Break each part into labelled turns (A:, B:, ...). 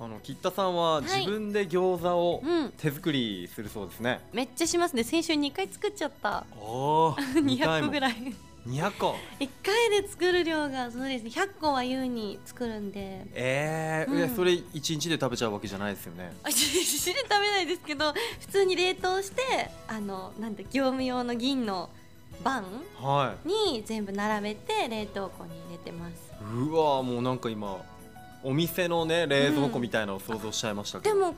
A: あの吉田さんは自分で餃子を
B: うん
A: 手作りするそうですね。
B: めっちゃしますね先週2回作っちゃった
A: おお、
B: 200個ぐ
A: い。
B: らい
A: 200個。
B: 1回で作る量がそうですね100個は優に作るんで
A: ええ
B: うん
A: いやそれ一日で食べちゃうわけじゃないですよね。
B: あ一日で食べないですけど普通に冷凍してあのなんだ業務用の銀の缶
A: は
B: に全部並べて冷凍庫に入れてます
A: い。うわーもうなんか今お店のね冷蔵庫みたいなのを想像しちゃいましたけ
B: で
A: ど。
B: も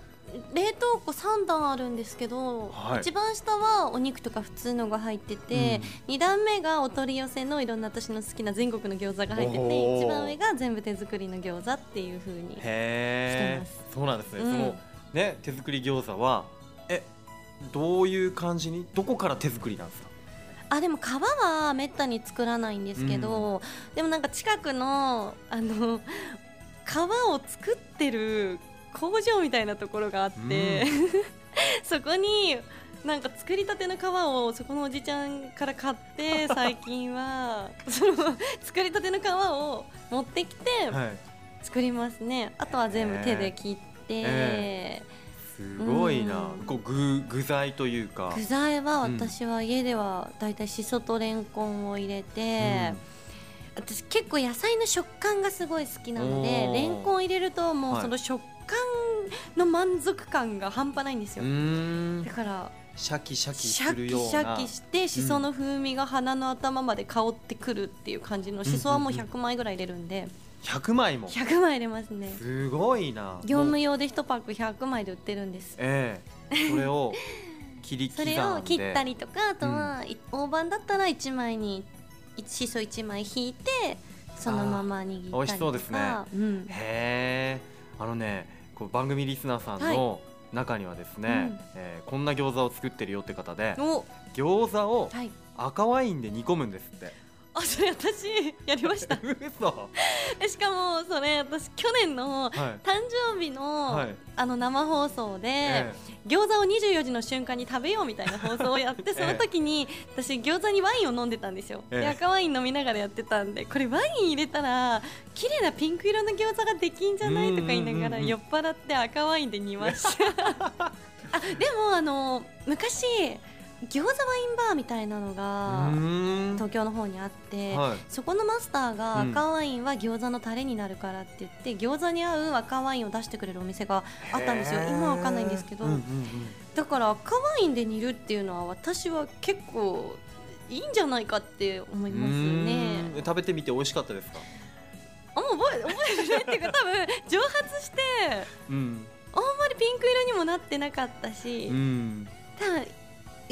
B: 冷凍庫3段あるんですけど、
A: はい
B: 一番下はお肉とか普通のが入ってて、2段目がお取り寄せのいろんな私の好きな全国の餃子が入って
A: お
B: て
A: ー
B: 一番上が全部手作りの餃子っていう風にして
A: へ
B: ま
A: え
B: す。
A: そうなんですね。
B: うん
A: そのね手作り餃子はえどういう感じにどこから手作りなんですか。
B: あでも皮はめったに作らないんですけど、でもなんか近くのあの 皮を作ってる工場みたいなところがあって、そこになんか作りたての皮をそこのおじちゃんから買って 最近はその 作りたての皮を持ってきて
A: はい。
B: 作りますね、あとは全部手で切って。
A: えすごいな
B: うん。
A: こう具具材というか。
B: 具材は
A: うん
B: 私は家ではだいたいしそとれんこんを入れて、私結構野菜の食感がすごい好きなので
A: おー
B: レンコン入れると
A: は
B: もう
A: い
B: その食感の満足感が半端ないんです
A: う
B: よ、
A: ん。うーん
B: だから
A: シャキシャキす
B: シャ
A: る
B: キシ
A: ような。
B: ャキしてしその風味が鼻の頭まで香ってくるっていう感じのしそはもう
A: うんうんうん
B: 100枚ぐらい入れるんで
A: 100枚も。
B: 100枚入れますね
A: すごいな。
B: 業
A: もう
B: 務用で1パック100枚で売ってるんです
A: ええ。それを切り刻
B: そ
A: んで。
B: れを切ったりとかあとは、い大判だったら1枚にいしそ1枚引いてそのまま握ったりと
A: あー
B: か
A: 美味しそうですね
B: うん
A: へえ。あのね、こう番組リスナーさんの中にはですね、
B: うん
A: えーこんな餃子を作ってるよって方で、
B: お
A: 餃子を
B: はい
A: 赤ワインで煮込むんですって。
B: あそれ私 やりました
A: 嘘。
B: えしかもそれ私去年の
A: はい。
B: 誕生日の、
A: はい
B: あの生放送で、
A: え
B: 餃子を24時の瞬間に食べようみたいな放送をやって
A: ええ
B: その時に私餃子にワインを飲んでたんですよ、
A: ええ
B: で赤ワイン飲みながらやってたんでこれワイン入れたら綺麗なピンク色の餃子ができんじゃないとか言いながら
A: うんうんうんうん
B: 酔っ払って赤ワインで煮ましたあでもあの昔餃子ワインバーみたいなの
A: えう
B: が
A: ーん。
B: 東京の方にあって、
A: はい。
B: そこのマスターが
A: うん
B: 赤ワインは餃子のタレになるからって言って、餃子に合う赤ワインを出してくれるお店があったんですよ
A: へー
B: 今はわかんないんですけど
A: うんうんうん
B: だから赤ワインで煮るっていうのは私は結構いいんじゃないかって思いますね
A: うーん食べてみて美味しかったですか。
B: あんま覚え覚えてないっていうか多分蒸発して
A: うん。
B: あんまりピンク色にもなってなかったし、
A: うん。
B: 多分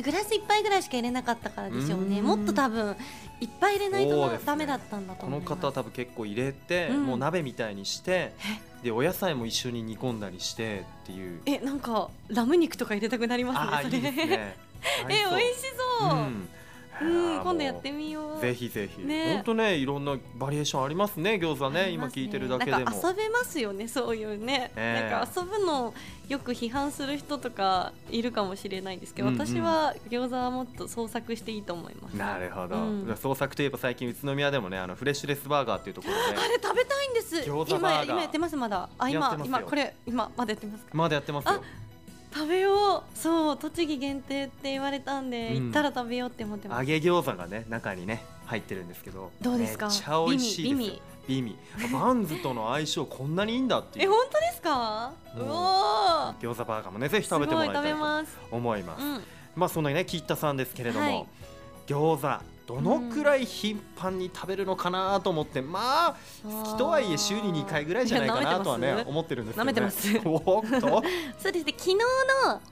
B: グラス1杯ぐらいしか入れなかったからでしょうね
A: うん
B: もっと多分いっぱい入れない
A: そう
B: と
A: ですね
B: ダメだったんだと
A: こ
B: 思い
A: の
B: ます
A: 方は多分結構入れて、
B: うん
A: もう鍋みたいにしてでお野菜も一緒に煮込んだりしてっていう
B: えなんかラム肉とか入れたくなりま
A: あ
B: す
A: ー
B: ね
A: いい
B: それ
A: です ね
B: え美味しそう、う
A: うん
B: ん、
A: あー
B: 今度やっ
A: も
B: てみよ
A: う
B: う
A: ぜひぜひ
B: ね
A: 本当ねいろんなバリエーションありますね餃子ね
B: あり
A: 今
B: ますね
A: 聞いてるだけで
B: な
A: も
B: んか遊べますよねそういうね、
A: ええ
B: なんか遊ぶのよく批判する人とかいるかもしれないですけど、
A: うんうん
B: 私は餃子はもっと創作していいと思います
A: なるほど、
B: うん
A: 創作といえば最近宇都宮でもねあのフレッシュレスバーガーっていうところで
B: あれ食べたいんです
A: 餃子バ
B: 今
A: ーガー
B: 今やってますまだあ
A: やってま
B: 今
A: すよ
B: 今これ今まだやってますか
A: まだやってますよ
B: 食べようそう栃木限定って言われたんで、
A: うん
B: 行ったら食べようって思ってま
A: 揚
B: す
A: げ餃子がね中にね入ってるんですけど
B: どうですか
A: めっちゃ美味しいですよ美味あバンズとの相性こんなにいいんだってい
B: え
A: う
B: 本当ですかう
A: もう
B: おー
A: 餃子バーガーもねぜひ
B: すご
A: 食べてもら
B: い
A: いた
B: 食
A: い
B: べ
A: と
B: ます
A: 思います
B: うん
A: まあそんなね吉田さんですけれども、
B: はい
A: 餃子どのくらい頻繁に食べるのかなと思って、まあ好きとはいえ週に2回ぐらいじゃないかなとはね思ってるんですけど、ね、
B: 舐めてます
A: おっと
B: そうですね昨日の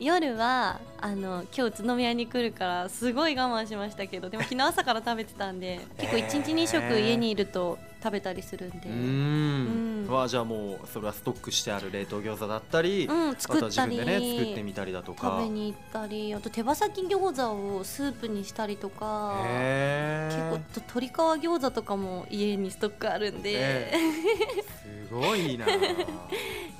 B: 夜はあの今日宇都宮に来るからすごい我慢しましたけどでも昨日朝から食べてた んで結構1日2食家にいると食べたりするんで、
A: うー
B: うん
A: ん
B: うん
A: はじゃあもうそれはストックしてある冷凍餃子だったり、あと
B: 作
A: は
B: っ
A: 自
B: た
A: 分
B: り、
A: でね作ってみたりだと
B: 食
A: か
B: べに行ったりあと手羽先餃子をスープにしたりとか
A: へ
B: 結構
A: ー
B: と鶏皮餃子とかも家にストックあるんで、
A: ええ すごいな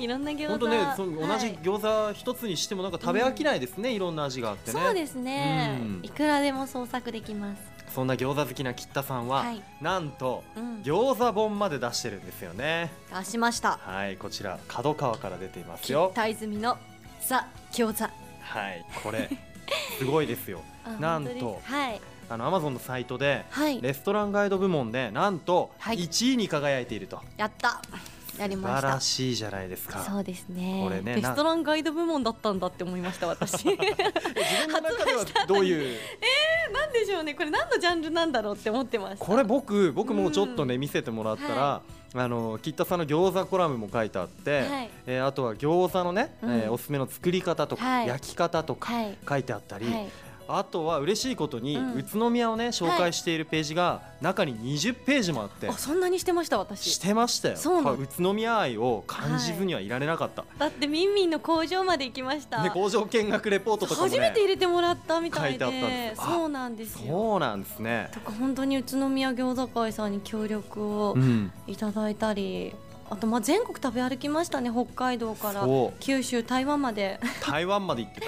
B: いろんな餃子
A: 本当ねその同じ
B: はい
A: 餃子一つにしてもなんか食べ飽きないですね、いろんな味があってね
B: そうですね、
A: うん
B: いくらでも創作できます
A: そんな餃子好きな吉田さんは、
B: はい
A: なんと
B: うん、
A: 餃子本まで出してるんですよね
B: 出しました
A: はいこちら角川から出ています
B: 切
A: よ
B: った泉のザ餃子
A: はいこれすごいですよ
B: あ
A: なんと
B: 本当にはい
A: あのアマゾンのサイトで
B: はい
A: レストランガイド部門でなんと
B: はい
A: 1位に輝いていると、
B: やったやり
A: 素
B: まし
A: 晴
B: た
A: らしいじゃないですか
B: そうですね
A: これね
B: レストランガイド部門だったんだって思いました 私な
A: え自分の中ではどういう
B: んでしょうねこれ何のジャンルなんだろうって思ってました
A: これ僕僕もちょっとね見せてもらったら、あの吉田さんの餃子コラムも書いてあって、
B: はい
A: えーあとは餃子のね、
B: うん
A: えーおすすめの作り方とか、
B: はい
A: 焼き方とか
B: はい
A: 書いてあったり、
B: はい
A: あとは嬉しいことに、
B: うん
A: 宇都宮をね紹介しているページが中に20ページもあって
B: あそんなにしてました
A: し
B: 私
A: てましたよ
B: そうなん
A: 宇都宮愛を感じずにはいられなかった、
B: だってミンミンの工場まで行きました、
A: ね、工場見学レポートとかもね
B: 初めて入れてもらったみた
A: 書
B: いで
A: いてあったんですよあ
B: そうなんですよ
A: そうなんですね、
B: とか本当に宇都宮餃子会さんに協力を
A: うん、
B: いただいたり、あとまあ全国食べ歩きましたね北海道から
A: そう
B: 九州台湾まで
A: 台湾まで行ってた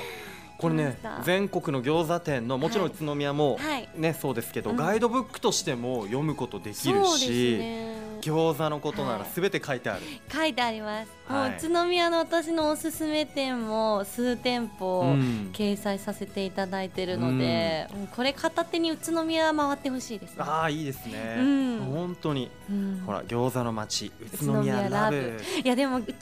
A: これ
B: 行
A: ね
B: きました
A: 全国の餃子店のもちろん宇
B: はい
A: 都宮も、
B: はい
A: ねそうですけど、
B: うん
A: ガイドブックとしても読むことでき
B: そう
A: る
B: です
A: し、
B: ね
A: 餃子のことなら
B: はい
A: すべて書いてある、
B: 書いてあります、
A: はい
B: もう宇都宮の私のおすすめ店も数店舗
A: うん
B: 掲載させていただいてるので、もうこれ片手に宇都宮回ってほしいですね
A: ああいいですね、
B: うん
A: 本当に
B: うん
A: ほら餃子の街宇
B: 宇
A: 都
B: 都
A: 宮
B: 宮
A: ラ
B: ラ
A: ブ
B: ブいやでも宇都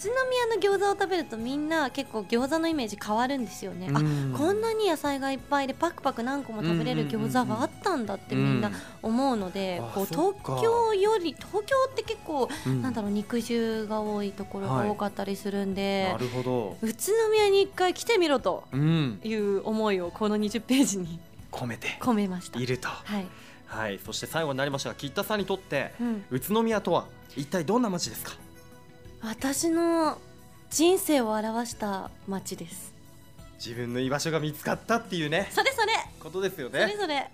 B: 宮の餃子を食べるとみんな結構餃子のイメージ変わるんですよね、あ
A: うん
B: こんなに野菜がいっぱいでパクパク何個も食べれる餃子があったんだってみんな思うので、
A: うん
B: こ
A: あ
B: う
A: そっ
B: 東
A: か
B: 京より東京って結構、
A: うんうん
B: なんだろう肉汁が多いところ
A: はい
B: が多かったりするんで
A: な、るほど、
B: 宇都宮に一回来てみろと
A: うん、
B: いう思いをこの20ページに
A: 込めて
B: 込めました
A: い。ると
B: はい、
A: はいそして最後になりましたが吉田さんにとって
B: うん、
A: 宇都宮とは一体どんな街ですか
B: 私の人生を表した街です。
A: 自分の居場所が見つかったっていうね
B: それそれ、
A: ことですよ
B: それ
A: ね
B: それ。